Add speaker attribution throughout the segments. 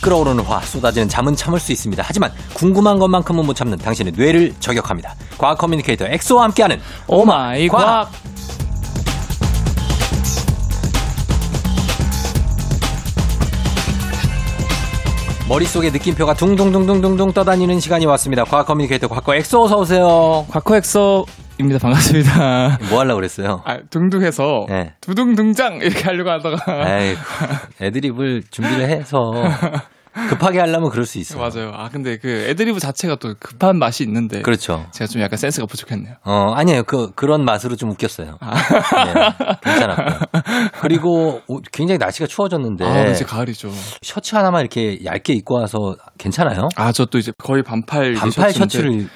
Speaker 1: 끓어오르는 화, 쏟아지는 잠은 참을 수 있습니다. 하지만 궁금한 것만큼은 못 참는 당신의 뇌를 저격합니다. 과학 커뮤니케이터 엑소와 함께하는
Speaker 2: 오마이 과학.
Speaker 1: 머릿속에 느낌표가 둥둥둥둥둥둥 떠다니는 시간이 왔습니다. 과학 커뮤니케이터 과거 엑소 어서 오세요.
Speaker 2: 과코엑소입니다. 반갑습니다.
Speaker 1: 뭐 하려고 그랬어요?
Speaker 2: 아, 둥둥해서
Speaker 1: 네.
Speaker 2: 두둥둥장 이렇게 하려고 하다가
Speaker 1: 에이, 애드립을 준비를 해서 급하게 하려면 그럴 수 있어요.
Speaker 2: 맞아요. 아 근데 그 애드리브 자체가 또 급한 맛이 있는데
Speaker 1: 그렇죠.
Speaker 2: 제가 좀 약간 센스가 부족했네요.
Speaker 1: 어, 아니에요. 그, 그런 맛으로 좀 웃겼어요.
Speaker 2: 아.
Speaker 1: 네, 괜찮았고. 그리고 오- 굉장히 날씨가 추워졌는데
Speaker 2: 아 이제 가을이죠.
Speaker 1: 셔츠 하나만 이렇게 얇게 입고 와서 괜찮아요?
Speaker 2: 아 저 또 이제 거의 반팔 이제
Speaker 1: 반팔
Speaker 2: 셔츠인데
Speaker 1: 셔츠를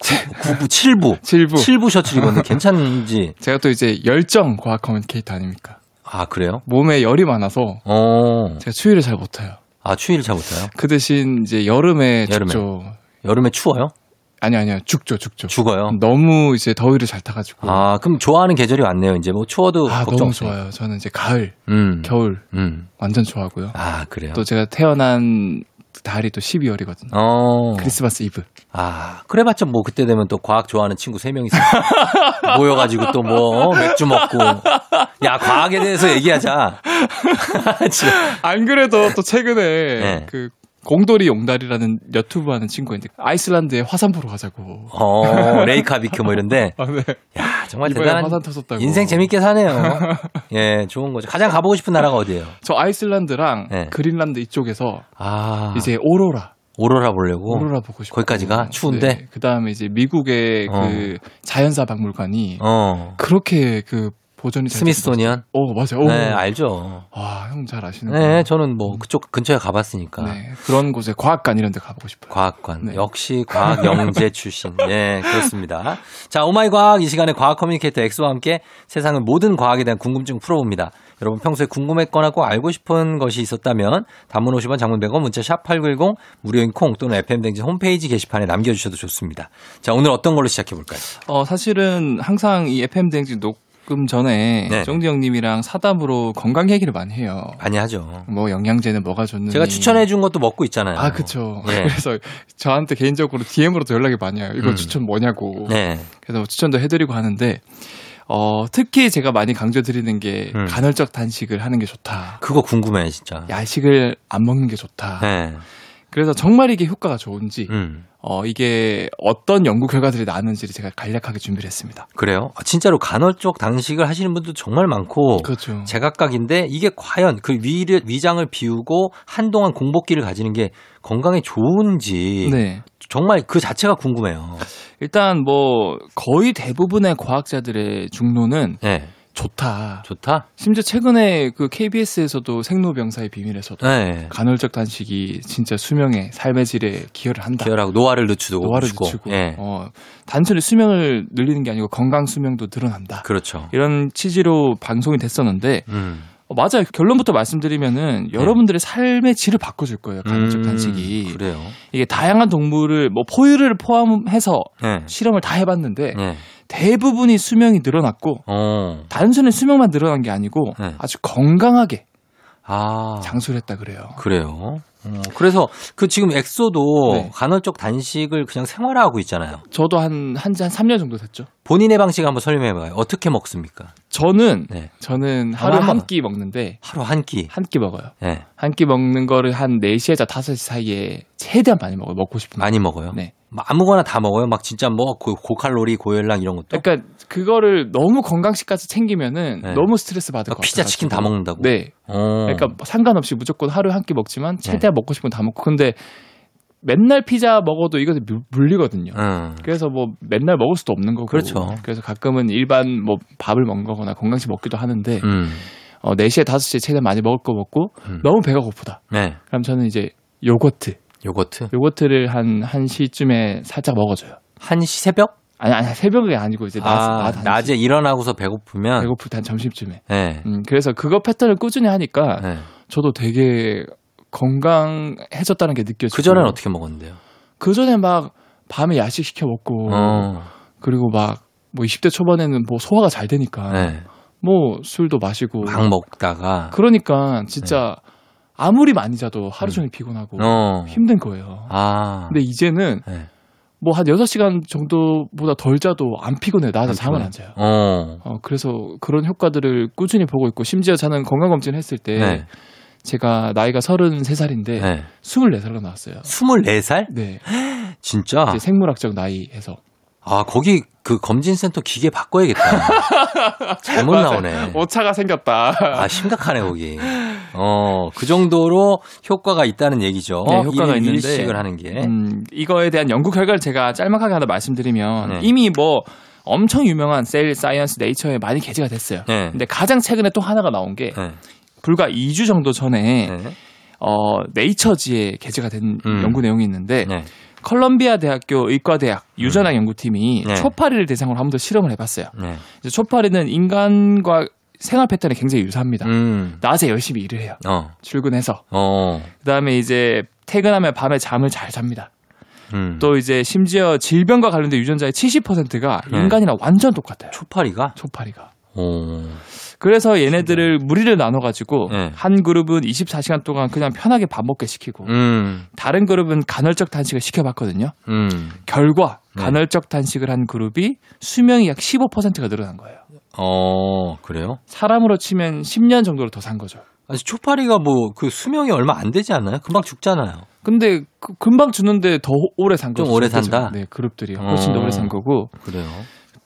Speaker 1: 9부, 7부.
Speaker 2: 칠부.
Speaker 1: 7부 셔츠를 입었는데 괜찮은지.
Speaker 2: 제가 또 이제 열정 과학 커뮤니케이터 아닙니까?
Speaker 1: 아, 그래요?
Speaker 2: 몸에 열이 많아서
Speaker 1: 어,
Speaker 2: 제가 추위를 잘 못 타요.
Speaker 1: 아, 추위를 잘 못해요?
Speaker 2: 그 대신 이제 여름에
Speaker 1: 여름에.
Speaker 2: 죽죠.
Speaker 1: 여름에 추워요?
Speaker 2: 아니 아니요 죽죠 죽죠.
Speaker 1: 죽어요?
Speaker 2: 너무 이제 더위를 잘 타가지고
Speaker 1: 아, 그럼 좋아하는 계절이 왔네요. 이제 뭐 추워도
Speaker 2: 아,
Speaker 1: 걱정
Speaker 2: 너무
Speaker 1: 없어요.
Speaker 2: 좋아요. 저는 이제 가을,
Speaker 1: 음,
Speaker 2: 겨울
Speaker 1: 음.
Speaker 2: 완전 좋아하고요.
Speaker 1: 아, 그래요?
Speaker 2: 또 제가 태어난 달이 또 12월이거든요.
Speaker 1: 어.
Speaker 2: 크리스마스 이브.
Speaker 1: 아, 그래봤자 뭐 그때 되면 또 과학 좋아하는 친구 세명이서 모여가지고 또 뭐, 맥주 먹고. 야, 과학에 대해서 얘기하자. 아, 진짜.
Speaker 2: 안 그래도 또 최근에
Speaker 1: 네.
Speaker 2: 그 공돌이 용달이라는 유튜브 하는 친구가 있는데 아이슬란드에 화산 보러 가자고.
Speaker 1: 어, 레이카비큐 뭐 이런데.
Speaker 2: 아, 네.
Speaker 1: 야, 정말
Speaker 2: 이번에
Speaker 1: 대단한.
Speaker 2: 화산 터졌다고.
Speaker 1: 인생 재밌게 사네요. 예, 좋은 거죠. 가장 가보고 싶은 나라가 어디예요?
Speaker 2: 저 아이슬란드랑
Speaker 1: 네.
Speaker 2: 그린란드 이쪽에서
Speaker 1: 아, 이제
Speaker 2: 이제 오로라,
Speaker 1: 오로라 보려고.
Speaker 2: 오로라 보고 싶고
Speaker 1: 거기까지가? 추운데?
Speaker 2: 그 다음에 이제 미국의
Speaker 1: 어.
Speaker 2: 그 자연사 박물관이
Speaker 1: 어,
Speaker 2: 그렇게 그 보존이 잘
Speaker 1: 스미소니언.
Speaker 2: 돼 있어서- 어 맞아요. 오.
Speaker 1: 네, 알죠.
Speaker 2: 와, 형 잘 아시는
Speaker 1: 네, 저는 뭐 그쪽 근처에 가봤으니까.
Speaker 2: 네, 그런 곳에 과학관 이런 데 가보고 싶어요.
Speaker 1: 과학관.
Speaker 2: 네.
Speaker 1: 역시 과학 영재 출신. 예, 그렇습니다. 자, 오마이 과학 이 시간에 과학 커뮤니케이터 엑소와 함께 세상의 모든 과학에 대한 궁금증 풀어봅니다. 여러분 평소에 궁금했거나 꼭 알고 싶은 것이 있었다면 단문 50원 장문 100원 문자 샵 8910 무료인 콩 또는 FM댕진 홈페이지 게시판에 남겨주셔도 좋습니다. 자, 오늘 어떤 걸로 시작해볼까요?
Speaker 2: 어, 사실은 항상 이 FM 대행진 녹음 전에
Speaker 1: 네.
Speaker 2: 쫑디 형님이랑 사담으로 건강 얘기를 많이 해요.
Speaker 1: 많이 하죠.
Speaker 2: 뭐 영양제는 뭐가 좋느니
Speaker 1: 제가 추천해준 것도 먹고 있잖아요.
Speaker 2: 아, 그쵸.
Speaker 1: 예.
Speaker 2: 그래서 저한테 개인적으로 DM으로도 연락이 많이 와요. 이거
Speaker 1: 음.
Speaker 2: 추천 뭐냐고.
Speaker 1: 네.
Speaker 2: 그래서 추천도 해드리고 하는데, 어, 특히 제가 많이 강조드리는 게
Speaker 1: 음.
Speaker 2: 간헐적 단식을 하는 게 좋다.
Speaker 1: 그거 궁금해, 진짜.
Speaker 2: 야식을 안 먹는 게 좋다.
Speaker 1: 네.
Speaker 2: 그래서 정말 이게 효과가 좋은지,
Speaker 1: 음.
Speaker 2: 어, 이게 어떤 연구 결과들이 나왔는지를 제가 간략하게 준비를 했습니다.
Speaker 1: 그래요? 아, 진짜로 간헐적 단식을 하시는 분도 정말 많고
Speaker 2: 그렇죠.
Speaker 1: 제각각인데 이게 과연 그 위를, 위장을 비우고 한동안 공복기를 가지는 게 건강에 좋은지
Speaker 2: 네.
Speaker 1: 정말 그 자체가 궁금해요.
Speaker 2: 일단 뭐 거의 대부분의 과학자들의 중론은
Speaker 1: 네,
Speaker 2: 좋다.
Speaker 1: 좋다.
Speaker 2: 심지어 최근에 그 KBS에서도 생로병사의 비밀에서도
Speaker 1: 네,
Speaker 2: 간헐적 단식이 진짜 수명에 삶의 질에 기여를 한다.
Speaker 1: 기혈하고 노화를 늦추고
Speaker 2: 노화를
Speaker 1: 주고.
Speaker 2: 늦추고
Speaker 1: 예,
Speaker 2: 어, 단순히 수명을 늘리는 게 아니고 건강 수명도 늘어난다.
Speaker 1: 그렇죠.
Speaker 2: 이런 취지로 방송이 됐었는데
Speaker 1: 음,
Speaker 2: 어, 맞아요. 결론부터 말씀드리면은 여러분들의 삶의 질을 바꿔줄 거예요. 간헐적
Speaker 1: 음,
Speaker 2: 단식이
Speaker 1: 그래요.
Speaker 2: 이게 다양한 동물을 뭐 포유를 포함해서
Speaker 1: 네,
Speaker 2: 실험을 다 해봤는데
Speaker 1: 네,
Speaker 2: 대부분이 수명이 늘어났고
Speaker 1: 어,
Speaker 2: 단순히 수명만 늘어난 게 아니고
Speaker 1: 네.
Speaker 2: 아주 건강하게
Speaker 1: 아,
Speaker 2: 장수를 했다 그래요.
Speaker 1: 그래요. 어, 그래서 그 지금 엑소도
Speaker 2: 네.
Speaker 1: 간헐적 단식을 그냥 생활화하고 있잖아요.
Speaker 2: 저도 한 한지 한 3년 정도 됐죠.
Speaker 1: 본인의 방식 한번 설명해봐요. 어떻게 먹습니까?
Speaker 2: 저는
Speaker 1: 네,
Speaker 2: 저는
Speaker 1: 하루
Speaker 2: 하루
Speaker 1: 한
Speaker 2: 한
Speaker 1: 번은?
Speaker 2: 끼 먹는데
Speaker 1: 하루 한 끼.
Speaker 2: 한 끼 먹어요.
Speaker 1: 네,
Speaker 2: 한 끼 먹는 거를 한 4시에서 5시 사이에 최대한 많이 먹어요. 먹고 싶은 거.
Speaker 1: 많이 먹어요.
Speaker 2: 네.
Speaker 1: 뭐 아무거나 다 먹어요. 막 진짜 뭐 고, 고칼로리, 고열량 이런 것도.
Speaker 2: 그러니까 그거를 너무 건강식까지 챙기면은
Speaker 1: 네.
Speaker 2: 너무 스트레스 받을
Speaker 1: 막
Speaker 2: 것 같아요.
Speaker 1: 피자, 치킨 다 먹는다고.
Speaker 2: 네.
Speaker 1: 어. 네.
Speaker 2: 그러니까 상관없이 무조건 하루 한 끼 먹지만 최대한 먹고 싶은 거 다 먹고 근데 맨날 피자 먹어도 이것도 물- 물리거든요.
Speaker 1: 음.
Speaker 2: 그래서 뭐 맨날 먹을 수도 없는 거고
Speaker 1: 그렇죠.
Speaker 2: 래서 가끔은 일반 뭐 밥을 먹는 거거나 건강식 먹기도 하는데
Speaker 1: 음.
Speaker 2: 어, 4시에 5시에 최대한 많이 먹을 거 먹고
Speaker 1: 음.
Speaker 2: 너무 배가 고프다.
Speaker 1: 네.
Speaker 2: 그럼 저는 이제 요거트.
Speaker 1: 요거트.
Speaker 2: 요거트를 한 1시쯤에 살짝 먹어줘요.
Speaker 1: 한 시 새벽?
Speaker 2: 아니 아니 새벽이 아니고 이제 네, 낮,
Speaker 1: 아,
Speaker 2: 낮
Speaker 1: 낮에 일어나고서 배고프면.
Speaker 2: 배고플 때 점심쯤에.
Speaker 1: 네.
Speaker 2: 음, 그래서 그거 패턴을 꾸준히 하니까
Speaker 1: 네.
Speaker 2: 저도 되게 건강해졌다는 게 느껴져요.
Speaker 1: 그전엔 어떻게 먹었는데요?
Speaker 2: 그전에 막 밤에 야식 시켜 먹고
Speaker 1: 어.
Speaker 2: 그리고 막 뭐 20대 초반에는 뭐 소화가 잘 되니까
Speaker 1: 네.
Speaker 2: 뭐 술도 마시고
Speaker 1: 막 먹다가.
Speaker 2: 그러니까 진짜 아무리 많이 자도 하루 종일 피곤하고
Speaker 1: 네. 음. 어.
Speaker 2: 뭐 힘든 거예요.
Speaker 1: 아.
Speaker 2: 근데 이제는
Speaker 1: 네.
Speaker 2: 뭐 한 6시간 정도보다 덜 자도 안 피곤해요. 나
Speaker 1: 안
Speaker 2: 잠을
Speaker 1: 피곤해.
Speaker 2: 안 자요.
Speaker 1: 어.
Speaker 2: 어, 그래서 그런 효과들을 꾸준히 보고 있고 심지어 저는 건강검진 했을 때
Speaker 1: 네.
Speaker 2: 제가 나이가 33살인데
Speaker 1: 네.
Speaker 2: 24살로 나왔어요.
Speaker 1: 24살?
Speaker 2: 네.
Speaker 1: 진짜?
Speaker 2: 이제 생물학적 나이에서.
Speaker 1: 아, 거기 그 검진센터 기계 바꿔야겠다. 잘못
Speaker 2: 맞아요.
Speaker 1: 나오네.
Speaker 2: 오차가 생겼다.
Speaker 1: 아, 심각하네, 거기. 어, 그 정도로 효과가 있다는 얘기죠.
Speaker 2: 네, 효과가
Speaker 1: 일일
Speaker 2: 있는데.
Speaker 1: 일식을 하는 게.
Speaker 2: 음, 이거에 대한 연구 결과를 제가 짤막하게 하나 말씀드리면
Speaker 1: 네.
Speaker 2: 이미 뭐 엄청 유명한 셀 사이언스 네이처에 많이 게재가 됐어요.
Speaker 1: 네.
Speaker 2: 근데 가장 최근에 또 하나가 나온 게
Speaker 1: 네.
Speaker 2: 불과 2주 정도 전에
Speaker 1: 네.
Speaker 2: 어, 네이처지에 게재가 된
Speaker 1: 음.
Speaker 2: 연구 내용이 있는데
Speaker 1: 네. 음.
Speaker 2: 컬럼비아 대학교 의과대학 유전학 연구팀이
Speaker 1: 네.
Speaker 2: 초파리를 대상으로 한 번 더 실험을 해봤어요.
Speaker 1: 네.
Speaker 2: 이제 초파리는 인간과 생활 패턴이 굉장히 유사합니다.
Speaker 1: 음.
Speaker 2: 낮에 열심히 일을 해요.
Speaker 1: 어.
Speaker 2: 출근해서
Speaker 1: 어.
Speaker 2: 그다음에 이제 퇴근하면 밤에 잠을 잘 잡니다.
Speaker 1: 음.
Speaker 2: 또 이제 심지어 질병과 관련된 유전자의 70%가
Speaker 1: 네.
Speaker 2: 인간이랑 완전 똑같아요.
Speaker 1: 초파리가?
Speaker 2: 초파리가.
Speaker 1: 오.
Speaker 2: 그래서 얘네들을 무리를 나눠가지고
Speaker 1: 네.
Speaker 2: 한 그룹은 24시간 동안 그냥 편하게 밥 먹게 시키고
Speaker 1: 음.
Speaker 2: 다른 그룹은 간헐적 단식을 시켜봤거든요.
Speaker 1: 음.
Speaker 2: 결과
Speaker 1: 네.
Speaker 2: 간헐적 단식을 한 그룹이 수명이 약 15%가 늘어난 거예요.
Speaker 1: 어, 그래요?
Speaker 2: 사람으로 치면 10년 정도를 더 산 거죠.
Speaker 1: 아니, 초파리가 뭐 그 수명이 얼마 안 되지 않나요? 금방 죽잖아요.
Speaker 2: 근데 그- 금방 주는데 더 오래 산
Speaker 1: 좀
Speaker 2: 거죠.
Speaker 1: 오래
Speaker 2: 그죠?
Speaker 1: 산다?
Speaker 2: 네, 그룹들이 훨씬 더
Speaker 1: 어.
Speaker 2: 오래 산 거고
Speaker 1: 그래요.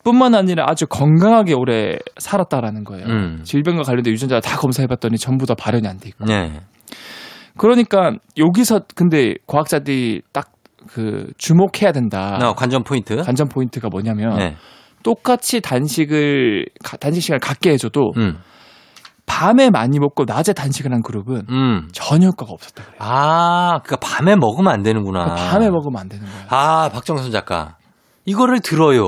Speaker 2: 뿐만 아니라 아주 건강하게 오래 살았다라는 거예요.
Speaker 1: 음.
Speaker 2: 질병과 관련된 유전자 다 검사해봤더니 전부 다 발현이 안 돼 있고.
Speaker 1: 네.
Speaker 2: 그러니까 여기서 근데 과학자들이 딱 그 주목해야 된다.
Speaker 1: 나 관전 포인트.
Speaker 2: 아. 관전 포인트가 뭐냐면
Speaker 1: 아, 네.
Speaker 2: 똑같이 단식을 가- 단식 시간을 갖게 해줘도
Speaker 1: 음.
Speaker 2: 밤에 많이 먹고 낮에 단식을 한 그룹은
Speaker 1: 음.
Speaker 2: 전혀 효과가 없었다 그래요.
Speaker 1: 아, 그니까 밤에 먹으면 안 되는구나.
Speaker 2: 아, 밤에 먹으면 안 되는 거예요.
Speaker 1: 아, 박정선 작가. 이거를 들어요.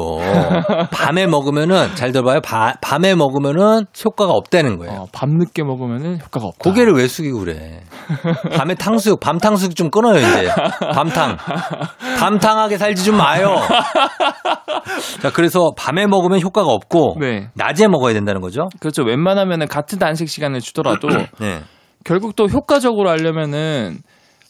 Speaker 1: 밤에 먹으면은, 잘 들어봐요. 바- 밤에 먹으면은 효과가 없다는 거예요.
Speaker 2: 어, 아. 밤 늦게 먹으면 효과가 없다.
Speaker 1: 고개를 왜 숙이고 그래. 밤에 탕수육, 밤탕수육 좀 끊어요, 이제. 밤탕. 밤탕하게 살지 좀 마요. 자, 그래서 밤에 먹으면 효과가 없고,
Speaker 2: 네.
Speaker 1: 낮에 먹어야 된다는 거죠?
Speaker 2: 그렇죠. 웬만하면은 같은 단식 시간을 주더라도
Speaker 1: 네.
Speaker 2: 결국 또 효과적으로 하려면은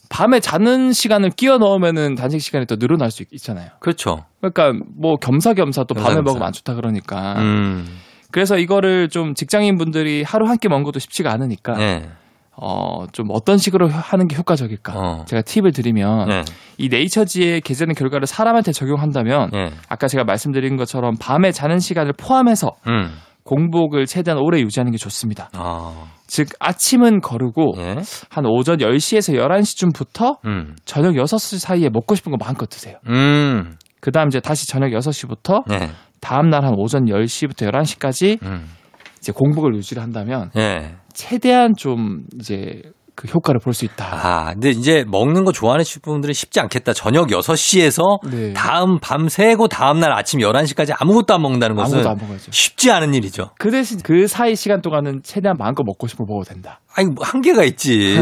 Speaker 2: 밤에 자는 시간을 끼워 넣으면은 단식 시간이 또 늘어날 수 있- 있잖아요.
Speaker 1: 그렇죠.
Speaker 2: 그러니까 뭐 겸사겸사 또 밤에
Speaker 1: 겸사겸사.
Speaker 2: 먹으면 안 좋다 그러니까.
Speaker 1: 음.
Speaker 2: 그래서 이거를 좀 직장인 분들이 하루 한 끼 먹는 것도 쉽지가 않으니까
Speaker 1: 네.
Speaker 2: 어 좀 어떤 식으로 하는 게 효과적일까?
Speaker 1: 어.
Speaker 2: 제가 팁을 드리면
Speaker 1: 네.
Speaker 2: 이 네이처지에 게재된 결과를 사람한테 적용한다면
Speaker 1: 네.
Speaker 2: 아까 제가 말씀드린 것처럼 밤에 자는 시간을 포함해서
Speaker 1: 음.
Speaker 2: 공복을 최대한 오래 유지하는 게 좋습니다.
Speaker 1: 아.
Speaker 2: 즉 아침은 거르고
Speaker 1: 예.
Speaker 2: 한 오전 10시에서 11시쯤부터
Speaker 1: 음.
Speaker 2: 저녁 6시 사이에 먹고 싶은 거 마음껏 드세요.
Speaker 1: 음.
Speaker 2: 그 다음 이제 다시 저녁 6시부터
Speaker 1: 네.
Speaker 2: 다음날 한 오전 10시부터 11시까지
Speaker 1: 음.
Speaker 2: 이제 공복을 유지를 한다면
Speaker 1: 예.
Speaker 2: 최대한 좀 이제 그 효과를 볼 수 있다.
Speaker 1: 아, 근데 이제 먹는 거 좋아하시는 분들은 쉽지 않겠다. 저녁 6시에서
Speaker 2: 네.
Speaker 1: 아, 다음 밤 새고 다음날 아침 11시까지 아무것도 안 먹는다는 것은
Speaker 2: 아무도 안 먹어야죠.
Speaker 1: 쉽지 않은 일이죠.
Speaker 2: 그 대신 그 사이 시간 동안은 최대한 마음껏 먹고 싶어 먹어도 된다.
Speaker 1: 아니, 뭐 한계가 있지.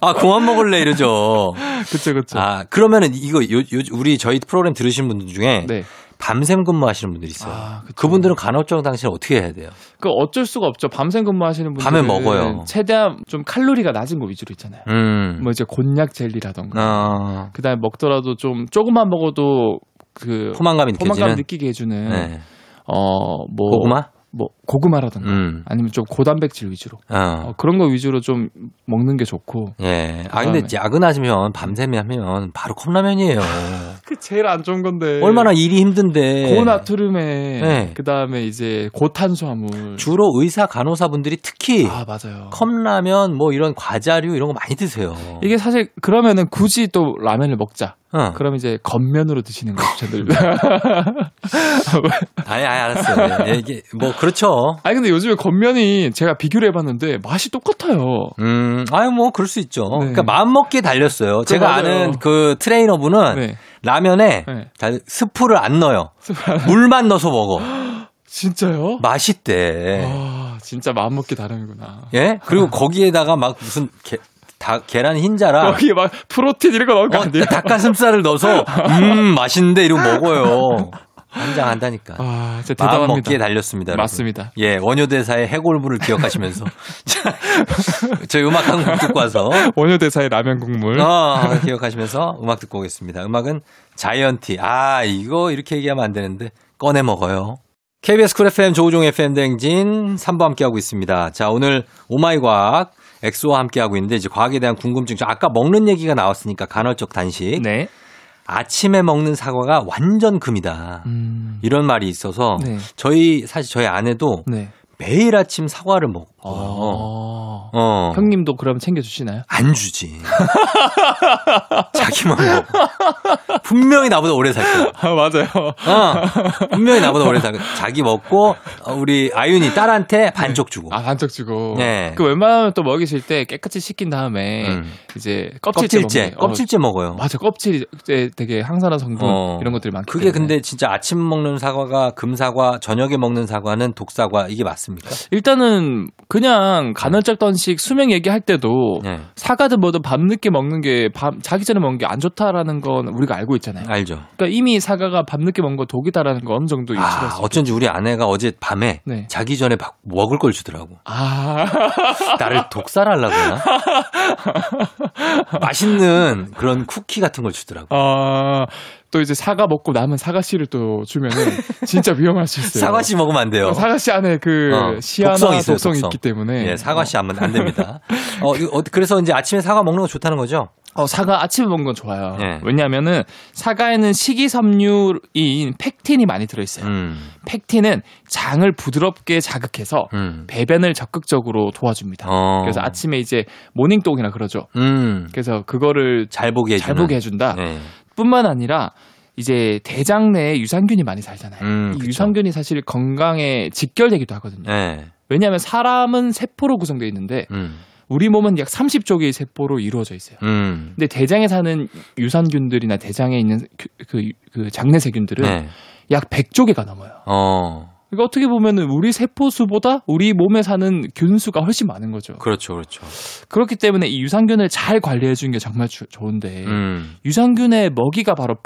Speaker 1: 아, 그만 먹을래, 이러죠.
Speaker 2: 그쵸, 그쵸.
Speaker 1: 아, 그러면은 이거 요, 요, 우리 저희 프로그램 들으신 분들 중에
Speaker 2: 네.
Speaker 1: 밤샘 근무하시는 분들이 있어요.
Speaker 2: 아, 그쵸.
Speaker 1: 그분들은 간헐적 단식을 어떻게 해야 돼요?
Speaker 2: 그 어쩔 수가 없죠. 밤샘 근무하시는 분들은
Speaker 1: 밤에 먹어요.
Speaker 2: 최대한 좀 칼로리가 낮은 거 위주로 있잖아요.
Speaker 1: 음.
Speaker 2: 뭐 이제 곤약 젤리라던가
Speaker 1: 어,
Speaker 2: 그다음에 먹더라도 좀 조금만 먹어도 그
Speaker 1: 포만감이
Speaker 2: 포만감
Speaker 1: 느껴지는.
Speaker 2: 느끼게 해주는
Speaker 1: 네.
Speaker 2: 어뭐
Speaker 1: 고구마?
Speaker 2: 뭐 고구마라던가
Speaker 1: 음.
Speaker 2: 아니면 좀 고단백질 위주로
Speaker 1: 어.
Speaker 2: 어, 그런 거 위주로 좀 먹는 게 좋고
Speaker 1: 예. 아, 근데
Speaker 2: 그다음에.
Speaker 1: 야근하시면 밤샘이 하면 바로 컵라면이에요.
Speaker 2: 그 제일 안 좋은 건데
Speaker 1: 얼마나 일이 힘든데.
Speaker 2: 고나트륨에
Speaker 1: 네.
Speaker 2: 그다음에 이제 고탄수화물
Speaker 1: 주로 의사 간호사분들이 특히
Speaker 2: 아 맞아요
Speaker 1: 컵라면 뭐 이런 과자류 이런 거 많이 드세요.
Speaker 2: 이게 사실 그러면은 굳이 또 라면을 먹자
Speaker 1: 어.
Speaker 2: 그럼 이제 겉면으로 드시는 거죠 저들
Speaker 1: 아니, 아니, 알았어요. 예, 이게 뭐 그렇죠.
Speaker 2: 아니 근데 요즘에 겉면이 제가 비교를 해봤는데 맛이 똑같아요
Speaker 1: 음, 아유 뭐 그럴 수 있죠.
Speaker 2: 네.
Speaker 1: 그러니까 마음 먹기에 달렸어요. 제가
Speaker 2: 맞아요.
Speaker 1: 아는 그 트레이너분은
Speaker 2: 네,
Speaker 1: 라면에
Speaker 2: 네.
Speaker 1: 다 스프를 안 넣어요. 물만 넣어서 먹어.
Speaker 2: 진짜요?
Speaker 1: 맛있대.
Speaker 2: 와, 진짜 마음먹기 다름이구나.
Speaker 1: 예? 그리고 거기에다가 막 무슨 게, 다, 계란 흰자랑
Speaker 2: 여기 막 프로틴 이런 거 넣을 거
Speaker 1: 어,
Speaker 2: 아니에요?
Speaker 1: 닭가슴살을 넣어서 음 맛있는데 이러고 먹어요. 한장 한다니까.
Speaker 2: 아, 진짜
Speaker 1: 마음
Speaker 2: 대단합니다.
Speaker 1: 먹기에 달렸습니다. 여러분.
Speaker 2: 맞습니다.
Speaker 1: 예, 원효대사의 해골물을 기억하시면서 자, 저희 음악 한 곡 듣고 와서
Speaker 2: 원효 대사의 라면 국물.
Speaker 1: 어, 기억하시면서 음악 듣고 오겠습니다. 음악은 자이언티. 아, 이거 이렇게 얘기하면 안 되는데 꺼내 먹어요. KBS 쿨 FM 조우종 FM 대행진 3부 함께하고 있습니다. 자, 오늘 오마이 과학 엑소와 함께하고 있는데 이제 과학에 대한 궁금증. 저 아까 먹는 얘기가 나왔으니까 간헐적 단식.
Speaker 2: 네.
Speaker 1: 아침에 먹는 사과가 완전 금이다.
Speaker 2: 음.
Speaker 1: 이런 말이 있어서
Speaker 2: 네.
Speaker 1: 저희 사실 저희 아내도
Speaker 2: 네.
Speaker 1: 매일 아침 사과를 먹어요.
Speaker 2: 어.
Speaker 1: 어.
Speaker 2: 형님도 그럼 챙겨 주시나요?
Speaker 1: 안 주지. 자기만 먹어. 분명히 나보다 오래 살 거야.
Speaker 2: 아, 맞아요.
Speaker 1: 어, 분명히 나보다 오래 살 거야. 자기 먹고 어, 우리 아윤이 딸한테 반쪽 주고.
Speaker 2: 아, 반짝 주고.
Speaker 1: 네.
Speaker 2: 그 웬만하면 또 먹이실 때 깨끗이 씻긴 다음에
Speaker 1: 음.
Speaker 2: 이제 껍질째
Speaker 1: 껍질째,
Speaker 2: 먹는 게- 어,
Speaker 1: 껍질째 먹어요.
Speaker 2: 맞아. 껍질에 되게 항산화 성분
Speaker 1: 어.
Speaker 2: 이런 것들이 많기
Speaker 1: 그게
Speaker 2: 때문에.
Speaker 1: 근데 진짜 아침 먹는 사과가 금사과, 저녁에 먹는 사과는 독사과 이게 맞습니까?
Speaker 2: 어. 일단은 그냥 간헐적 단식 수명 얘기할 때도
Speaker 1: 네,
Speaker 2: 사과든 뭐든 밤늦게 먹는 게 밤 자기 전에 먹는 게 안 좋다라는 건 우리가 알고 있잖아요.
Speaker 1: 알죠.
Speaker 2: 그러니까 이미 사과가 밤늦게 먹은 거 독이다라는 거 어느 정도 그 인식할
Speaker 1: 아,
Speaker 2: 수.
Speaker 1: 어쩐지 우리 아내가 어제 밤에
Speaker 2: 네.
Speaker 1: 자기 전에 밥- 먹을 걸 주더라고.
Speaker 2: 아,
Speaker 1: 나를 독살하려고 하나? 맛있는 그런 쿠키 같은 걸 주더라고.
Speaker 2: 아, 또 이제 사과 먹고 남은 사과 씨를 또 주면은 진짜 위험할 수 있어요.
Speaker 1: 사과씨 먹으면 안 돼요.
Speaker 2: 어, 네. 사과 네. 씨 안에 그
Speaker 1: 어,
Speaker 2: 시아나
Speaker 1: 독성이
Speaker 2: 독성이,
Speaker 1: 있어요, 독성.
Speaker 2: 있기 때문에.
Speaker 1: 예, 사과씨 안면안 됩니다. 어, 이거 어, 그래서 이제 아침에 사과 먹는 거 좋다는 거죠?
Speaker 2: 어, 사과 아침에 먹는 건 좋아요.
Speaker 1: 예.
Speaker 2: 왜냐하면은 사과에는 식이섬유인 팩틴이 많이 들어있어요.
Speaker 1: 음,
Speaker 2: 팩틴은 장을 부드럽게 자극해서
Speaker 1: 음.
Speaker 2: 배변을 적극적으로 도와줍니다.
Speaker 1: 어.
Speaker 2: 그래서 아침에 이제 모닝똥이라 그러죠.
Speaker 1: 음,
Speaker 2: 그래서 그거를
Speaker 1: 잘 보게 해주는.
Speaker 2: 잘 보게 해준다.
Speaker 1: 네.
Speaker 2: 뿐만 아니라 이제 대장 내에 유산균이 많이 살잖아요.
Speaker 1: 음,
Speaker 2: 이
Speaker 1: 그쵸.
Speaker 2: 유산균이 사실 건강에 직결되기도 하거든요.
Speaker 1: 네.
Speaker 2: 왜냐하면 사람은 세포로 구성되어 있는데
Speaker 1: 음,
Speaker 2: 우리 몸은 약 30조개의 세포로 이루어져 있어요.
Speaker 1: 음.
Speaker 2: 근데 대장에 사는 유산균들이나 대장에 있는 그, 그, 그 장내세균들은
Speaker 1: 네.
Speaker 2: 약 100조개가 넘어요.
Speaker 1: 어,
Speaker 2: 그러니까 어떻게 보면은 우리 세포수보다 우리 몸에 사는 균수가 훨씬 많은 거죠.
Speaker 1: 그렇죠, 그렇죠.
Speaker 2: 그렇기 때문에 이 유산균을 잘 관리해 주는 게 정말 주- 좋은데
Speaker 1: 음,
Speaker 2: 유산균의 먹이가 바로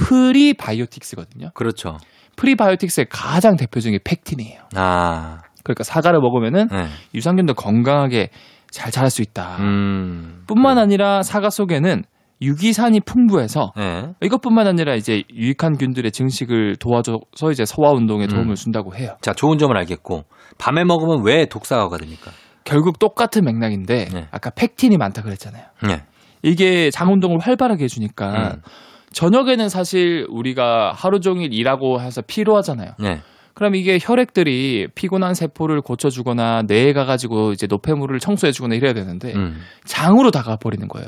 Speaker 2: 프리바이오틱스거든요.
Speaker 1: 그렇죠.
Speaker 2: 프리바이오틱스의 가장 대표적인 게 팩틴이에요.
Speaker 1: 아,
Speaker 2: 그러니까 사과를 먹으면은
Speaker 1: 네.
Speaker 2: 유산균도 건강하게 잘 자랄 수 있다.
Speaker 1: 음.
Speaker 2: 아. 뿐만 아니라 사과 속에는 유기산이 풍부해서
Speaker 1: 네.
Speaker 2: 이것뿐만 아니라 이제 유익한 균들의 증식을 도와줘서 이제 소화 운동에 도움을
Speaker 1: 음.
Speaker 2: 준다고 해요.
Speaker 1: 자, 좋은 점은 알겠고, 밤에 먹으면 왜 독사과가 됩니까?
Speaker 2: 결국 똑같은 맥락인데
Speaker 1: 네.
Speaker 2: 아까 팩틴이 많다 그랬잖아요.
Speaker 1: 네.
Speaker 2: 이게 장 운동을 활발하게 해주니까
Speaker 1: 음,
Speaker 2: 저녁에는 사실 우리가 하루 종일 일하고 해서 피로하잖아요.
Speaker 1: 네.
Speaker 2: 그럼 이게 혈액들이 피곤한 세포를 고쳐주거나 뇌에 가가지고 이제 노폐물을 청소해주거나 이래야 되는데
Speaker 1: 음.
Speaker 2: 장으로 다가 버리는 거예요.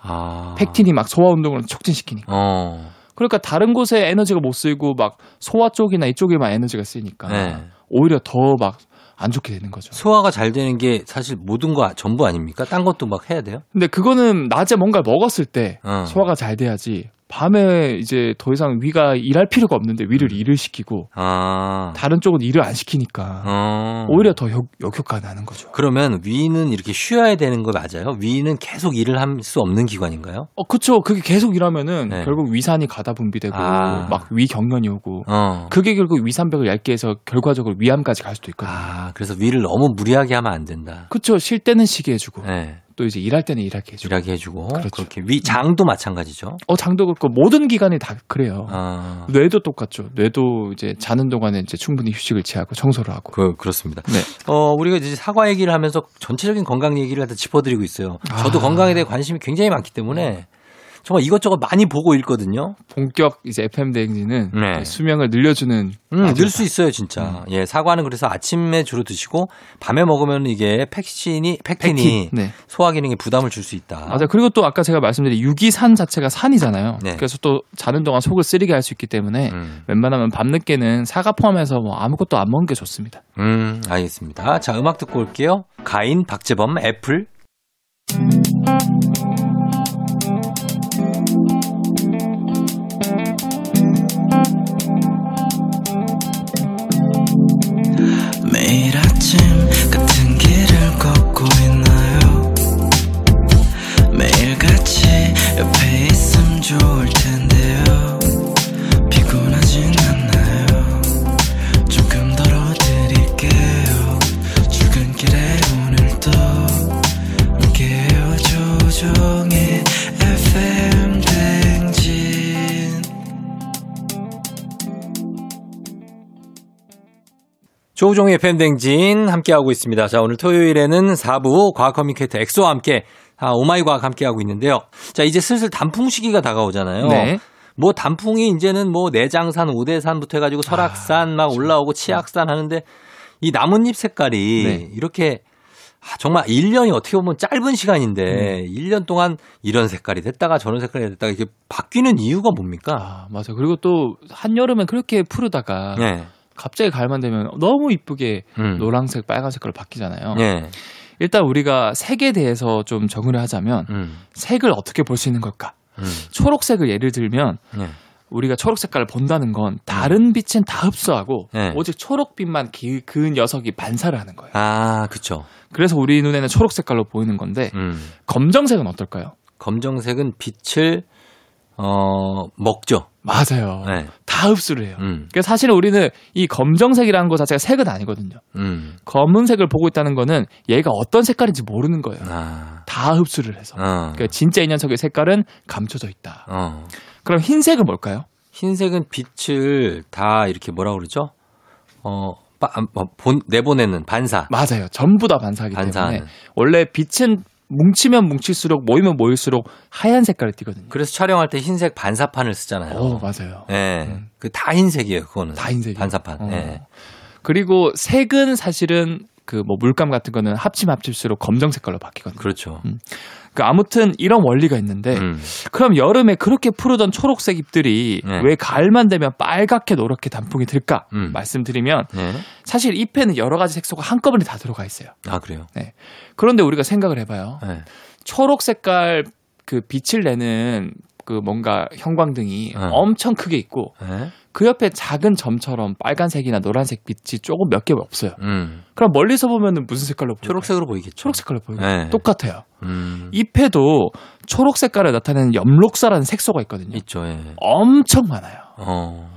Speaker 1: 아.
Speaker 2: 팩틴이 막 소화 운동을 촉진시키니까.
Speaker 1: 어.
Speaker 2: 그러니까 다른 곳에 에너지가 못 쓰이고 막 소화 쪽이나 이쪽에만 에너지가 쓰이니까
Speaker 1: 네.
Speaker 2: 오히려 더 막 안 좋게 되는 거죠.
Speaker 1: 소화가 잘 되는 게 사실 모든 거 전부 아닙니까? 딴 것도 막 해야 돼요?
Speaker 2: 근데 그거는 낮에 뭔가를 먹었을 때
Speaker 1: 어.
Speaker 2: 소화가 잘 돼야지 밤에 이제 더 이상 위가 일할 필요가 없는데 위를
Speaker 1: 음.
Speaker 2: 일을 시키고
Speaker 1: 아.
Speaker 2: 다른 쪽은 일을 안 시키니까
Speaker 1: 어.
Speaker 2: 오히려 더 역, 역효과가 나는 거죠.
Speaker 1: 그러면 위는 이렇게 쉬어야 되는 거 맞아요? 위는 계속 일을 할 수 없는 기관인가요?
Speaker 2: 어, 그쵸. 그게 계속 일하면은
Speaker 1: 네.
Speaker 2: 결국 위산이 가다 분비되고
Speaker 1: 아.
Speaker 2: 막 위경련이 오고
Speaker 1: 어.
Speaker 2: 그게 결국 위산벽을 얇게 해서 결과적으로 위암까지 갈 수도 있거든요.
Speaker 1: 아, 그래서 위를 너무 무리하게 하면 안 된다.
Speaker 2: 그쵸. 쉴 때는 쉬게 해주고
Speaker 1: 네.
Speaker 2: 또 이제 일할 때는 일하게 해주고
Speaker 1: 일하게 해주고.
Speaker 2: 그 그렇죠.
Speaker 1: 그렇게위 장도 마찬가지죠.
Speaker 2: 어, 장도 그렇고 모든 기관이 다 그래요.
Speaker 1: 아.
Speaker 2: 뇌도 똑같죠. 뇌도 이제 자는 동안에 이제 충분히 휴식을 취하고 청소를 하고.
Speaker 1: 그, 그렇습니다.
Speaker 2: 네.
Speaker 1: 어, 우리가 이제 사과 얘기를 하면서 전체적인 건강 얘기를 다 짚어드리고 있어요. 저도
Speaker 2: 아.
Speaker 1: 건강에 대해 관심이 굉장히 많기 때문에 정말 이것저것 많이 보고 읽거든요.
Speaker 2: 본격 이제 FM 대행진은
Speaker 1: 네.
Speaker 2: 이제 수명을 늘려주는
Speaker 1: 음,
Speaker 2: 아주-
Speaker 1: 늘 수 있어요, 진짜.
Speaker 2: 음.
Speaker 1: 예, 사과는 그래서 아침에 주로 드시고 밤에 먹으면 이게 팩신이 팩틴이
Speaker 2: 팩틴. 네.
Speaker 1: 소화 기능에 부담을 줄 수 있다.
Speaker 2: 맞아. 그리고 또 아까 제가 말씀드린 유기산 자체가 산이잖아요.
Speaker 1: 네.
Speaker 2: 그래서 또 자는 동안 속을 쓰리게 할 수 있기 때문에
Speaker 1: 음,
Speaker 2: 웬만하면 밤늦게는 사과 포함해서 뭐 아무것도 안 먹는 게 좋습니다.
Speaker 1: 음, 알겠습니다. 자, 음악 듣고 올게요. 가인, 박재범, 애플.
Speaker 3: 매일 아침 같은 길을 걷고 있나요 매일 같이 옆에 있음 좋을 텐데요 피곤하진 않나요 조종의 FM 댕진
Speaker 1: 조우종의 팬댕진 함께하고 있습니다. 자, 오늘 토요일에는 4부 과학 커뮤니케이터 엑소와 함께 아, 오마이 과학 함께하고 있는데요. 자, 이제 슬슬 단풍 시기가 다가오잖아요.
Speaker 2: 네.
Speaker 1: 뭐 단풍이 이제는 뭐 내장산, 오대산부터 해가지고 설악산
Speaker 2: 아,
Speaker 1: 막
Speaker 2: 그렇죠.
Speaker 1: 올라오고 치악산 하는데 이 나뭇잎 색깔이
Speaker 2: 네.
Speaker 1: 이렇게 아, 정말 1년이 어떻게 보면 짧은
Speaker 2: 음.
Speaker 1: 시간인데 1년 동안 이런 색깔이 됐다가 저런 색깔이 됐다가 이게 바뀌는 이유가 뭡니까?
Speaker 2: 아, 맞아. 그리고 또 한여름엔 그렇게 푸르다가
Speaker 1: 네.
Speaker 2: 갑자기 가을만 되면 너무 이쁘게
Speaker 1: 음.
Speaker 2: 노란색, 어. 빨간색으로 바뀌잖아요.
Speaker 1: 네.
Speaker 2: 일단 우리가 색에 대해서 좀 정의를 하자면
Speaker 1: 음.
Speaker 2: 색을 어떻게 볼 수 있는 걸까?
Speaker 1: 음.
Speaker 2: 초록색을 예를 들면
Speaker 1: 네.
Speaker 2: 우리가 초록 색깔을 본다는 건 다른 빛은 다 흡수하고
Speaker 1: 네.
Speaker 2: 오직 초록빛만 기- 그 녀석이 반사를 하는 거예요.
Speaker 1: 아, 그쵸.
Speaker 2: 그래서 우리 눈에는 초록 색깔로 보이는 건데
Speaker 1: 음.
Speaker 2: 검정색은 어떨까요?
Speaker 1: 검정색은 빛을 어 먹죠.
Speaker 2: 맞아요.
Speaker 1: 네.
Speaker 2: 다 흡수를 해요.
Speaker 1: 음.
Speaker 2: 그러니까 사실 우리는 이 검정색이라는 것 자체가 색은 아니거든요.
Speaker 1: 음.
Speaker 2: 검은색을 보고 있다는 거는 얘가 어떤 색깔인지 모르는 거예요.
Speaker 1: 아.
Speaker 2: 다 흡수를 해서.
Speaker 1: 어.
Speaker 2: 그러니까 진짜 이 녀석의 색깔은 감춰져 있다.
Speaker 1: 어.
Speaker 2: 그럼 흰색은 뭘까요?
Speaker 1: 흰색은 빛을 다 이렇게 뭐라 그러죠? 어, 빠, 어, 본 내보내는 반사.
Speaker 2: 맞아요. 전부 다 반사하기
Speaker 1: 반사하는.
Speaker 2: 때문에 원래 빛은 뭉치면 뭉칠수록 모이면 모일수록 하얀 색깔이 띄거든요.
Speaker 1: 그래서 촬영할 때 흰색 반사판을 쓰잖아요.
Speaker 2: 어, 맞아요.
Speaker 1: 예.
Speaker 2: 음.
Speaker 1: 그 다 흰색이에요, 그거는.
Speaker 2: 다 흰색이.
Speaker 1: 반사판.
Speaker 2: 어.
Speaker 1: 예.
Speaker 2: 그리고 색은 사실은 그 뭐 물감 같은 거는 합치면 합칠수록 검정 색깔로 바뀌거든요.
Speaker 1: 그렇죠.
Speaker 2: 그 아무튼 이런 원리가 있는데
Speaker 1: 음.
Speaker 2: 그럼 여름에 그렇게 푸르던 초록색 잎들이
Speaker 1: 네.
Speaker 2: 왜 가을만 되면 빨갛게 노랗게 단풍이 될까?
Speaker 1: 음.
Speaker 2: 말씀드리면
Speaker 1: 예.
Speaker 2: 사실 잎에는 여러 가지 색소가 한꺼번에 다 들어가 있어요.
Speaker 1: 아, 그래요.
Speaker 2: 그런데 우리가 생각을 해봐요.
Speaker 1: 예.
Speaker 2: 초록 색깔 그 빛을 내는 그 뭔가 형광등이
Speaker 1: 네.
Speaker 2: 엄청 크게 있고
Speaker 1: 예.
Speaker 2: 그 옆에 작은 점처럼 빨간색이나 노란색 빛이 조금 몇 개 없어요.
Speaker 1: 음.
Speaker 2: 그럼 멀리서 보면은 무슨 색깔로 보여요?
Speaker 1: 초록색으로 보이겠죠.
Speaker 2: 초록 색깔로 보여요.
Speaker 1: 예.
Speaker 2: 똑같아요.
Speaker 1: 음.
Speaker 2: 잎에도 초록 색깔을 나타내는 엽록사라는 색소가 있거든요.
Speaker 1: 있죠. 예.
Speaker 2: 엄청 많아요.
Speaker 1: 어.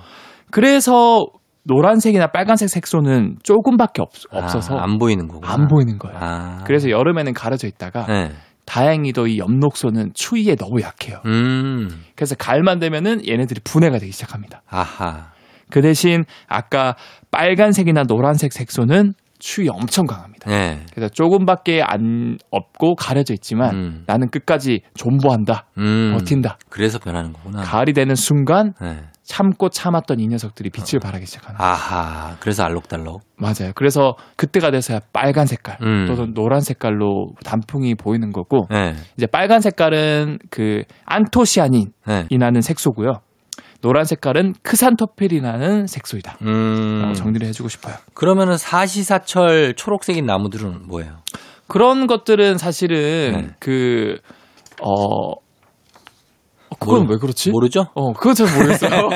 Speaker 2: 그래서 노란색이나 빨간색 색소는 조금밖에 없, 어서
Speaker 1: 아,
Speaker 2: 안,
Speaker 1: 안 보이는 거구나.
Speaker 2: 보이는 거예요.
Speaker 1: 아.
Speaker 2: 그래서 여름에는 가려져 있다가
Speaker 1: 네.
Speaker 2: 다행히도 이 엽록소는 추위에 너무 약해요.
Speaker 1: 음.
Speaker 2: 그래서 가을만 되면은 얘네들이 분해가 되기 시작합니다.
Speaker 1: 아하.
Speaker 2: 그 대신 아까 빨간색이나 노란색 색소는 추위에 엄청 강합니다.
Speaker 1: 네.
Speaker 2: 그래서 조금밖에 안 없고 가려져 있지만
Speaker 1: 음.
Speaker 2: 나는 끝까지 존버한다,
Speaker 1: 음. 아.
Speaker 2: 버틴다.
Speaker 1: 그래서 변하는 거구나.
Speaker 2: 가을이 되는 순간
Speaker 1: 네.
Speaker 2: 참고 참았던 이 녀석들이
Speaker 1: 아.
Speaker 2: 빛을 발하기 시작하는. 거예요.
Speaker 1: 아하. 그래서 알록달록.
Speaker 2: 맞아요. 그래서 그때가 돼서야 빨간 색깔
Speaker 1: 음.
Speaker 2: 또는 노란 색깔로 단풍이 보이는 거고
Speaker 1: 네.
Speaker 2: 이제 빨간 색깔은 그 안토시아닌이라는
Speaker 1: 네.
Speaker 2: 색소고요. 노란 색깔은 크산토필이라는 색소이다.
Speaker 1: 음.
Speaker 2: 라고 정리를 해주고 싶어요.
Speaker 1: 그러면은 사시사철 초록색인 나무들은 뭐예요?
Speaker 2: 그런 것들은 사실은
Speaker 1: 네.
Speaker 2: 그 어. 어, 그건
Speaker 1: 모르-
Speaker 2: 왜 그렇지?
Speaker 1: 모르죠?
Speaker 2: 어, 그건 잘 모르겠어요. 어,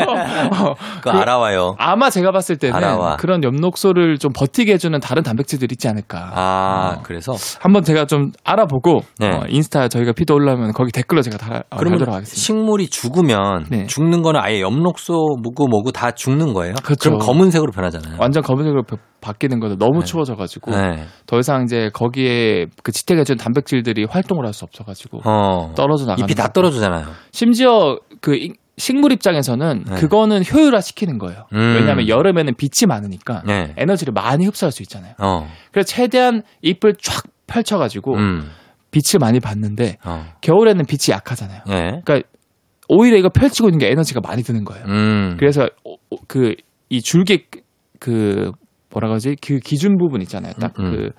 Speaker 1: 그거
Speaker 2: 그-
Speaker 1: 알아와요.
Speaker 2: 아마 제가 봤을 때는
Speaker 1: 알아와.
Speaker 2: 그런 엽록소를 좀 버티게 해주는 다른 단백질들이 있지 않을까.
Speaker 1: 아,
Speaker 2: 어.
Speaker 1: 그래서
Speaker 2: 한번 제가 좀 알아보고
Speaker 1: 네.
Speaker 2: 어, 인스타 저희가 피드 올라오면 거기 댓글로 제가 달아 어,
Speaker 1: 그러면
Speaker 2: 달도록 하겠습니다.
Speaker 1: 식물이 죽으면
Speaker 2: 네.
Speaker 1: 죽는 거는 아예 엽록소 뭐고 뭐고 다 죽는 거예요.
Speaker 2: 그렇죠.
Speaker 1: 럼 검은색으로 변하잖아요.
Speaker 2: 완전 검은색으로 바- 바뀌는 거죠. 너무
Speaker 1: 네.
Speaker 2: 추워져가지고
Speaker 1: 네.
Speaker 2: 더 이상 이제 거기에 그 지탱해준 단백질들이 활동을 할 수 없어가지고
Speaker 1: 어.
Speaker 2: 떨어져 나가는
Speaker 1: 잎이 다
Speaker 2: 거고.
Speaker 1: 떨어지잖아요.
Speaker 2: 심지어 그 이- 식물 입장에서는
Speaker 1: 네.
Speaker 2: 그거는 효율화 시키는 거예요.
Speaker 1: 음.
Speaker 2: 왜냐하면 여름에는 빛이 많으니까
Speaker 1: 네.
Speaker 2: 에너지를 많이 흡수할 수 있잖아요.
Speaker 1: 어.
Speaker 2: 그래서 최대한 잎을 쫙 펼쳐가지고
Speaker 1: 음.
Speaker 2: 빛을 많이 받는데
Speaker 1: 어.
Speaker 2: 겨울에는 빛이 약하잖아요.
Speaker 1: 예.
Speaker 2: 오히려 이거 펼치고 있는 게 에너지가 많이 드는 거예요.
Speaker 1: 음.
Speaker 2: 그래서 그 이 줄기 그 뭐라 그러지 그 기준 부분 있잖아요. 딱 그
Speaker 1: 음,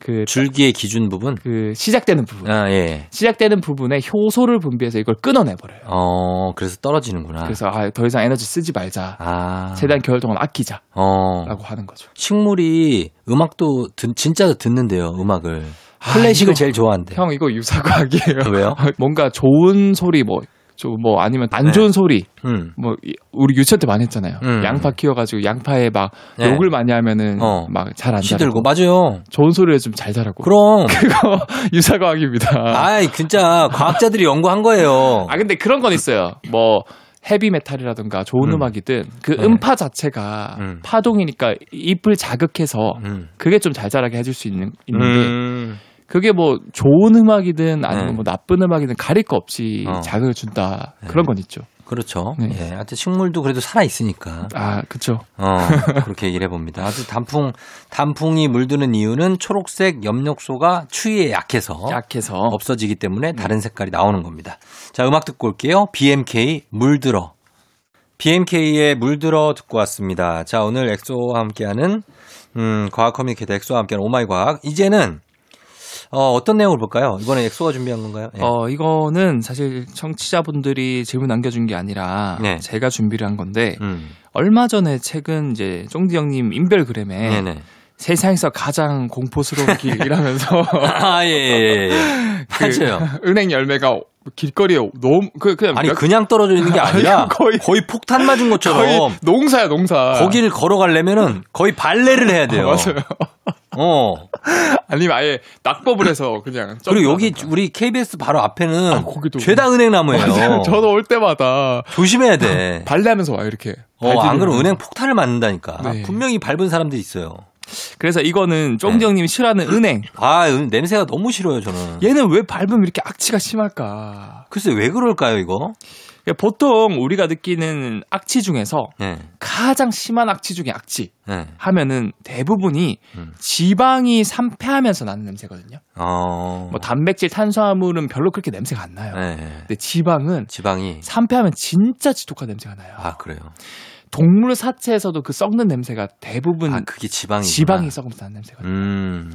Speaker 2: 그
Speaker 1: 음. 줄기의 기준 부분.
Speaker 2: 그 시작되는 부분.
Speaker 1: 아, 예.
Speaker 2: 시작되는 부분에 효소를 분비해서 이걸 끊어내 버려요.
Speaker 1: 어, 그래서 떨어지는구나.
Speaker 2: 그래서 아, 더 이상 에너지 쓰지 말자.
Speaker 1: 아.
Speaker 2: 최대한 겨울 동안 아끼자라고
Speaker 1: 어.
Speaker 2: 하는 거죠.
Speaker 1: 식물이 음악도 듣, 진짜로 듣는데요, 음악을.
Speaker 2: 아,
Speaker 1: 클래식을
Speaker 2: 이거-
Speaker 1: 제일 좋아한대.
Speaker 2: 형 이거 유사과학이에요.
Speaker 1: 왜요?
Speaker 2: 뭔가 좋은 소리 뭐 좀 뭐 아니면
Speaker 1: 네.
Speaker 2: 안 좋은 소리
Speaker 1: 음.
Speaker 2: 뭐 이- 우리 유치원 때 많이 했잖아요.
Speaker 1: 음.
Speaker 2: 양파 키워가지고 양파에 막
Speaker 1: 네.
Speaker 2: 욕을 많이 하면은
Speaker 1: 어.
Speaker 2: 막 잘 안
Speaker 1: 시들고
Speaker 2: 자라고
Speaker 1: 맞아요.
Speaker 2: 좋은 소리를 좀 잘 자라고
Speaker 1: 그럼
Speaker 2: 그거 유사과학입니다. 아,
Speaker 1: 아이 진짜 과학자들이 연구한 거예요.
Speaker 2: 근데 그런 건 있어요. 뭐 헤비 메탈이라든가 좋은
Speaker 1: 음.
Speaker 2: 음. 악이든그
Speaker 1: 네.
Speaker 2: 음파 자체가
Speaker 1: 음.
Speaker 2: 파동이니까 잎을 자극해서
Speaker 1: 음.
Speaker 2: 그게 좀 잘 자라게 해줄 수 있는 있는데
Speaker 1: 음.
Speaker 2: 그게 뭐 좋은 음악이든 아니면
Speaker 1: 네.
Speaker 2: 뭐 나쁜 음악이든 가릴 거 없이
Speaker 1: 어.
Speaker 2: 자극을 준다
Speaker 1: 네.
Speaker 2: 그런 건 있죠.
Speaker 1: 그렇죠.
Speaker 2: 네.
Speaker 1: 예. 하여튼 식물도 그래도 살아있으니까.
Speaker 2: 아 그렇죠.
Speaker 1: 어, 그렇게 얘기를 해봅니다. 아주 단풍, 단풍이 물드는 이유는 초록색 엽록소가 추위에 약해서
Speaker 2: 약해서
Speaker 1: 어? 없어지기 음. 때문에 다른 색깔이 나오는 겁니다. 자, 음악 듣고 올게요. BMK 물들어. BMK의 물들어 듣고 왔습니다. 자, 오늘 엑소와 함께하는 음, 과학 커뮤니케이터 엑소와 함께하는 오마이 과학. 이제는 어, 떤 내용을 볼까요? 이번에 엑소가 준비한 건가요? 예.
Speaker 2: 어 이거는 사실 청취자분들이 질문 남겨준 게 아니라
Speaker 1: 네.
Speaker 2: 제가 준비를 한 건데
Speaker 1: 음.
Speaker 2: 얼마 전에 최근 이제 쫑디 형님 인별그램에
Speaker 1: 네네.
Speaker 2: 세상에서 가장 공포스러운 길이라면서
Speaker 1: 아, 예, 예, 예, 예. 맞아요.
Speaker 2: 은행 열매가 길거리에 너무 그 그냥
Speaker 1: 아니,
Speaker 2: 몇-
Speaker 1: 그냥 떨어져 있는 게 아니라
Speaker 2: 아니, 거의-
Speaker 1: 거의, 폭탄 맞은
Speaker 2: 거의
Speaker 1: 것처럼
Speaker 2: 농사야 농사.
Speaker 1: 거기를 걸어가려면은 거의 발레를 해야 돼요.
Speaker 2: 맞아요.
Speaker 1: 어.
Speaker 2: 아니면 아예 낙법을 해서 그냥
Speaker 1: 그리고
Speaker 2: 점프하는
Speaker 1: 여기
Speaker 2: 거야.
Speaker 1: 우리 KBS 바로 앞에는
Speaker 2: 아, 거기도
Speaker 1: 죄다 은행나무예요.
Speaker 2: 맞아요. 저도 올 때마다
Speaker 1: 조심해야 돼.
Speaker 2: 네. 발레하면서 와요 이렇게.
Speaker 1: 어,
Speaker 2: 발디디면서.
Speaker 1: 안 그러면 은행 폭탄을 맞는다니까.
Speaker 2: 네.
Speaker 1: 분명히 밟은 사람들이 있어요.
Speaker 2: 그래서 이거는
Speaker 1: 네. 음.
Speaker 2: 쫑디 형님이 싫어하는 은행.
Speaker 1: 아, 은- 냄새가 너무 싫어요, 저는.
Speaker 2: 얘는 왜 밟으면 이렇게 악취가 심할까?
Speaker 1: 글쎄, 왜 그럴까요, 이거?
Speaker 2: 그러니까 보통 우리가 느끼는 악취 중에서
Speaker 1: 예,
Speaker 2: 가장 심한 악취 중에 악취
Speaker 1: 예.
Speaker 2: 하면은 대부분이
Speaker 1: 음.
Speaker 2: 지방이 산패하면서 나는 냄새거든요.
Speaker 1: 어.
Speaker 2: 뭐 단백질, 탄수화물은 별로 그렇게 냄새가 안 나요.
Speaker 1: 예, 예.
Speaker 2: 근데 지방은
Speaker 1: 지방이.
Speaker 2: 산패하면 진짜 지독한 냄새가 나요.
Speaker 1: 아, 그래요.
Speaker 2: 동물 사체에서도 그 썩는 냄새가 대부분
Speaker 1: 아, 그게 지방이.
Speaker 2: 음, 지방이 썩으면서 나는 냄새거든요.
Speaker 1: 음.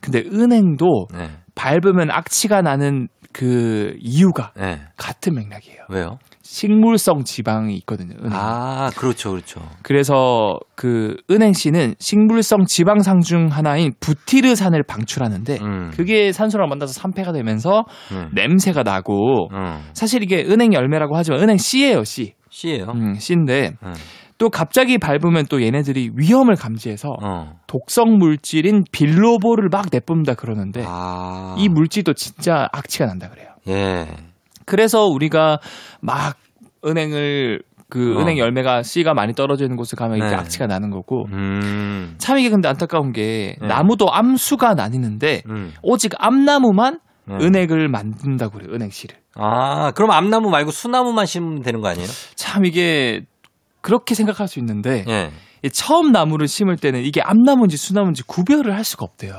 Speaker 2: 근데 은행도
Speaker 1: 네.
Speaker 2: 밟으면 악취가 나는 그 이유가
Speaker 1: 네.
Speaker 2: 같은 맥락이에요.
Speaker 1: 왜요?
Speaker 2: 식물성 지방이 있거든요. 은행.
Speaker 1: 아, 그렇죠, 그렇죠.
Speaker 2: 그래서 그 은행 씨는 식물성 지방상 중 하나인 부티르산을 방출하는데
Speaker 1: 음.
Speaker 2: 네, 그게 산소랑 만나서 산패가 되면서
Speaker 1: 음.
Speaker 2: 냄새가 나고
Speaker 1: 음.
Speaker 2: 사실 이게 은행 열매라고 하지만 은행 씨예요 씨.
Speaker 1: C예요.
Speaker 2: 음, 씨인데
Speaker 1: 음.
Speaker 2: 또 갑자기 밟으면 또 얘네들이 위험을 감지해서
Speaker 1: 어.
Speaker 2: 독성 물질인 빌로보를 막 내뿜다 그러는데
Speaker 1: 아.
Speaker 2: 네. 이 물질도 진짜 악취가 난다 그래요.
Speaker 1: 예.
Speaker 2: 그래서 우리가 막 은행을 그
Speaker 1: 어.
Speaker 2: 은행 열매가 씨가 많이 떨어지는 곳을 가면 이제
Speaker 1: 네.
Speaker 2: 악취가 나는 거고
Speaker 1: 음.
Speaker 2: 참 이게 근데 안타까운 게
Speaker 1: 네.
Speaker 2: 나무도 암수가 나뉘는데
Speaker 1: 음.
Speaker 2: 오직 암나무만
Speaker 1: 네.
Speaker 2: 은행을 만든다고 그래요 은행 씨를.
Speaker 1: 아, 그럼 암나무 말고 수나무만 심으면 되는 거 아니에요?
Speaker 2: 참 이게 그렇게 생각할 수 있는데
Speaker 1: 예.
Speaker 2: 이 처음 나무를 심을 때는 이게 암나무인지 수나무인지 구별을 할 수가 없대요.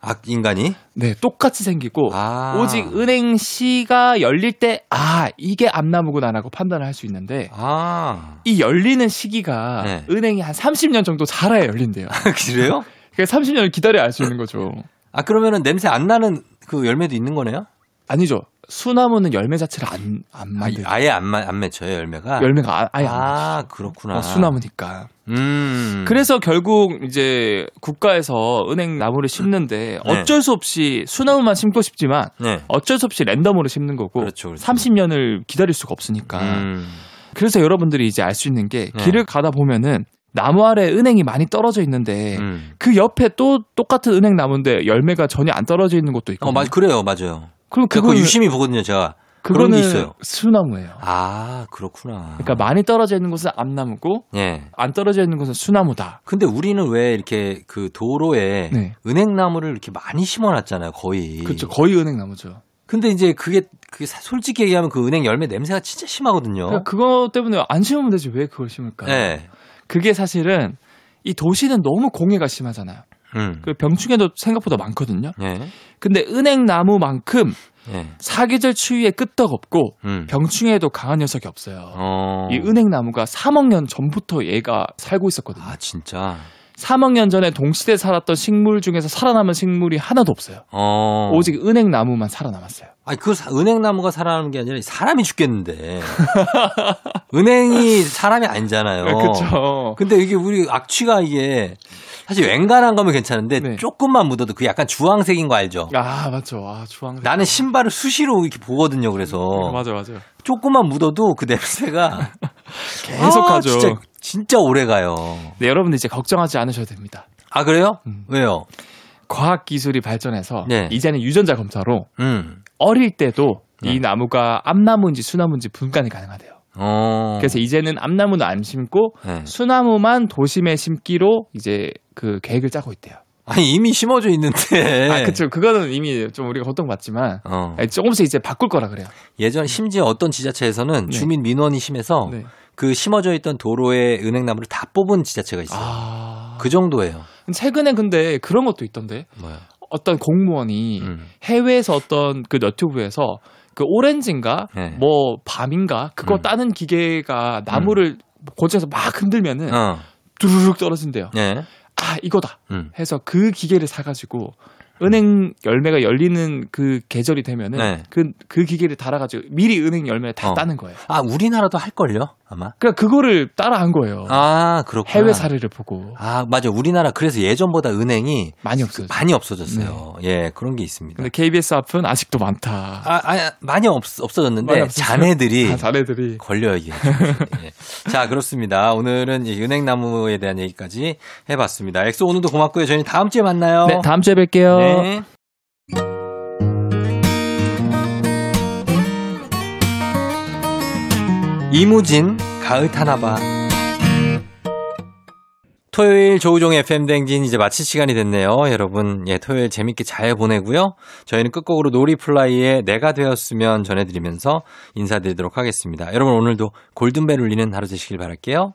Speaker 1: 아, 인간이?
Speaker 2: 네, 똑같이 생기고
Speaker 1: 아.
Speaker 2: 오직 은행 시가 열릴 때, 아, 이게 암나무구나라고 판단을 할 수 있는데,
Speaker 1: 아.
Speaker 2: 이 열리는 시기가
Speaker 1: 네.
Speaker 2: 은행이 한 30년 정도 자라야 열린대요.
Speaker 1: 그래요?
Speaker 2: 그러니까 30년을 기다려야 알 수 있는 거죠.
Speaker 1: 아, 그러면은 냄새 안 나는 그 열매도 있는 거네요?
Speaker 2: 아니죠. 수나무는 열매 자체를 안, 안
Speaker 1: 아,
Speaker 2: 만들어요.
Speaker 1: 아예 안, 마- 안 맺혀요, 열매가?
Speaker 2: 열매가 아, 아예 안 나.
Speaker 1: 아, 그렇구나.
Speaker 2: 어, 수나무니까.
Speaker 1: 음.
Speaker 2: 그래서 결국 이제 국가에서 은행 나무를
Speaker 1: 음.
Speaker 2: 심는데 어쩔 수 없이 수나무만 심고 싶지만
Speaker 1: 네.
Speaker 2: 어쩔 수 없이 랜덤으로 심는 거고
Speaker 1: 그렇죠, 그렇죠.
Speaker 2: 30년을 기다릴 수가 없으니까
Speaker 1: 음.
Speaker 2: 그래서 여러분들이 이제 알 수 있는 게
Speaker 1: 네.
Speaker 2: 길을 가다 보면은 나무 아래 은행이 많이 떨어져 있는데
Speaker 1: 음.
Speaker 2: 그 옆에 또 똑같은 은행 나무인데 열매가 전혀 안 떨어져 있는 것도 있고.
Speaker 1: 어, 맞, 그래요, 맞아요.
Speaker 2: 그럼
Speaker 1: 그거
Speaker 2: 그거
Speaker 1: 유심히 보거든요, 제가. 그런 게
Speaker 2: 그거는
Speaker 1: 있어요.
Speaker 2: 수나무예요.
Speaker 1: 아, 그렇구나.
Speaker 2: 그러니까 많이 떨어져 있는 곳은 암나무고
Speaker 1: 예.
Speaker 2: 안 떨어져 있는 곳은 수나무다.
Speaker 1: 근데 우리는 왜 이렇게 그 도로에
Speaker 2: 네.
Speaker 1: 은행나무를 이렇게 많이 심어놨잖아요, 거의.
Speaker 2: 그렇죠. 거의 은행
Speaker 1: 어?
Speaker 2: 나무죠.
Speaker 1: 근데 이제 그게, 그게 사- 솔직히 얘기하면 그 은행 열매 냄새가 진짜 심하거든요.
Speaker 2: 그러니까 그거 때문에 안 심으면 되지 왜 그걸 심을까?
Speaker 1: 네.
Speaker 2: 그게 사실은 이 도시는 너무 공해가 심하잖아요.
Speaker 1: 음.
Speaker 2: 그 병충해도 생각보다 많거든요.
Speaker 1: 예.
Speaker 2: 근데 은행 나무만큼
Speaker 1: 예.
Speaker 2: 사계절 추위에 끄떡없고
Speaker 1: 음.
Speaker 2: 병충해에도 강한 녀석이 없어요.
Speaker 1: 어.
Speaker 2: 이 은행나무가 3억 년 전부터 얘가 살고 있었거든요.
Speaker 1: 아, 진짜.
Speaker 2: 3억 년 전에 동시대에 살았던 식물 중에서 살아남은 식물이 하나도 없어요.
Speaker 1: 어.
Speaker 2: 오직 은행나무만 살아남았어요.
Speaker 1: 아니, 그 사- 은행나무가 살아남는 게 아니라 사람이 죽겠는데. 은행이 사람이 아니잖아요.
Speaker 2: 그렇죠.
Speaker 1: 근데 이게 우리 악취가 이게 사실 웬간한 거면 괜찮은데
Speaker 2: 네.
Speaker 1: 조금만 묻어도 그 약간 주황색인 거 알죠?
Speaker 2: 아 맞죠. 아 주황색.
Speaker 1: 나는 어. 신발을 수시로 이렇게 보거든요. 그래서
Speaker 2: 어, 맞아 맞아.
Speaker 1: 조금만 묻어도 그 냄새가
Speaker 2: 계속
Speaker 1: 아,
Speaker 2: 하죠.
Speaker 1: 진짜, 진짜 오래 가요.
Speaker 2: 네 여러분들 이제 걱정하지 않으셔도 됩니다.
Speaker 1: 아 그래요?
Speaker 2: 음.
Speaker 1: 왜요?
Speaker 2: 과학 기술이 발전해서
Speaker 1: 네.
Speaker 2: 이제는 유전자 검사로
Speaker 1: 음.
Speaker 2: 어릴 때도
Speaker 1: 네.
Speaker 2: 이 나무가 암나무인지 수나무인지 분간이 가능하대요.
Speaker 1: 어.
Speaker 2: 그래서 이제는 암나무는 안 심고
Speaker 1: 네.
Speaker 2: 수나무만 도심에 심기로 이제 그 계획을 짜고 있대요.
Speaker 1: 아니 이미 심어져 있는데.
Speaker 2: 아, 그쵸. 그거는 이미 좀 우리가 고통받지만
Speaker 1: 네. 어.
Speaker 2: 아니, 조금씩 이제 바꿀 거라 그래요.
Speaker 1: 예전 심지어 어떤 지자체에서는
Speaker 2: 네.
Speaker 1: 주민 민원이 심해서
Speaker 2: 네.
Speaker 1: 그 심어져 있던 도로에 은행나무를 다 뽑은 지자체가 있어요.
Speaker 2: 아.
Speaker 1: 그 정도예요.
Speaker 2: 최근에 근데 그런 것도 있던데.
Speaker 1: 뭐야?
Speaker 2: 어떤 공무원이
Speaker 1: 음.
Speaker 2: 해외에서 어떤 그 너튜브에서 그 오렌지인가
Speaker 1: 네.
Speaker 2: 뭐 밤인가 그거
Speaker 1: 음. 따는
Speaker 2: 따는 기계가 나무를 고쳐서 막 흔들면은
Speaker 1: 어.
Speaker 2: 두루룩 떨어진대요.
Speaker 1: 예.
Speaker 2: 아 이거다
Speaker 1: 음.
Speaker 2: 해서 그 기계를 사가지고 은행 열매가 열리는 그 계절이 되면은
Speaker 1: 네.
Speaker 2: 그, 그 기계를 달아가지고 미리 은행 열매를 다
Speaker 1: 어.
Speaker 2: 따는 거예요.
Speaker 1: 아 우리나라도 할 걸요 아마.
Speaker 2: 그러니까 그거를 따라한 거예요.
Speaker 1: 아 그렇구나.
Speaker 2: 해외 사례를 보고
Speaker 1: 아 맞아. 우리나라 그래서 예전보다 은행이
Speaker 2: 많이 없어요.
Speaker 1: 많이 없어졌어요. 예 그런 게 있습니다.
Speaker 2: 근데 KBS 앞은 아직도 많다.
Speaker 1: 아, 아 많이 없, 없어졌는데
Speaker 2: 많이 없어졌어요?
Speaker 1: 자네들이
Speaker 2: 아, 자네들이
Speaker 1: 걸려 이게. 예. 자 그렇습니다. 오늘은 이 은행나무에 대한 얘기까지 해봤습니다. 엑소 오늘도 고맙고요. 저희는 다음 주에 만나요.
Speaker 2: 네 다음 주에 뵐게요.
Speaker 1: 네. 이무진 가을 타나봐. 토요일 조우종의 FM 댕진 이제 마칠 시간이 됐네요. 여러분, 예, 토요일 재밌게 잘 보내고요. 저희는 끝곡으로 놀이플라이의 내가 되었으면 전해드리면서 인사드리도록 하겠습니다. 여러분, 오늘도 골든벨 울리는 하루 되시길 바랄게요.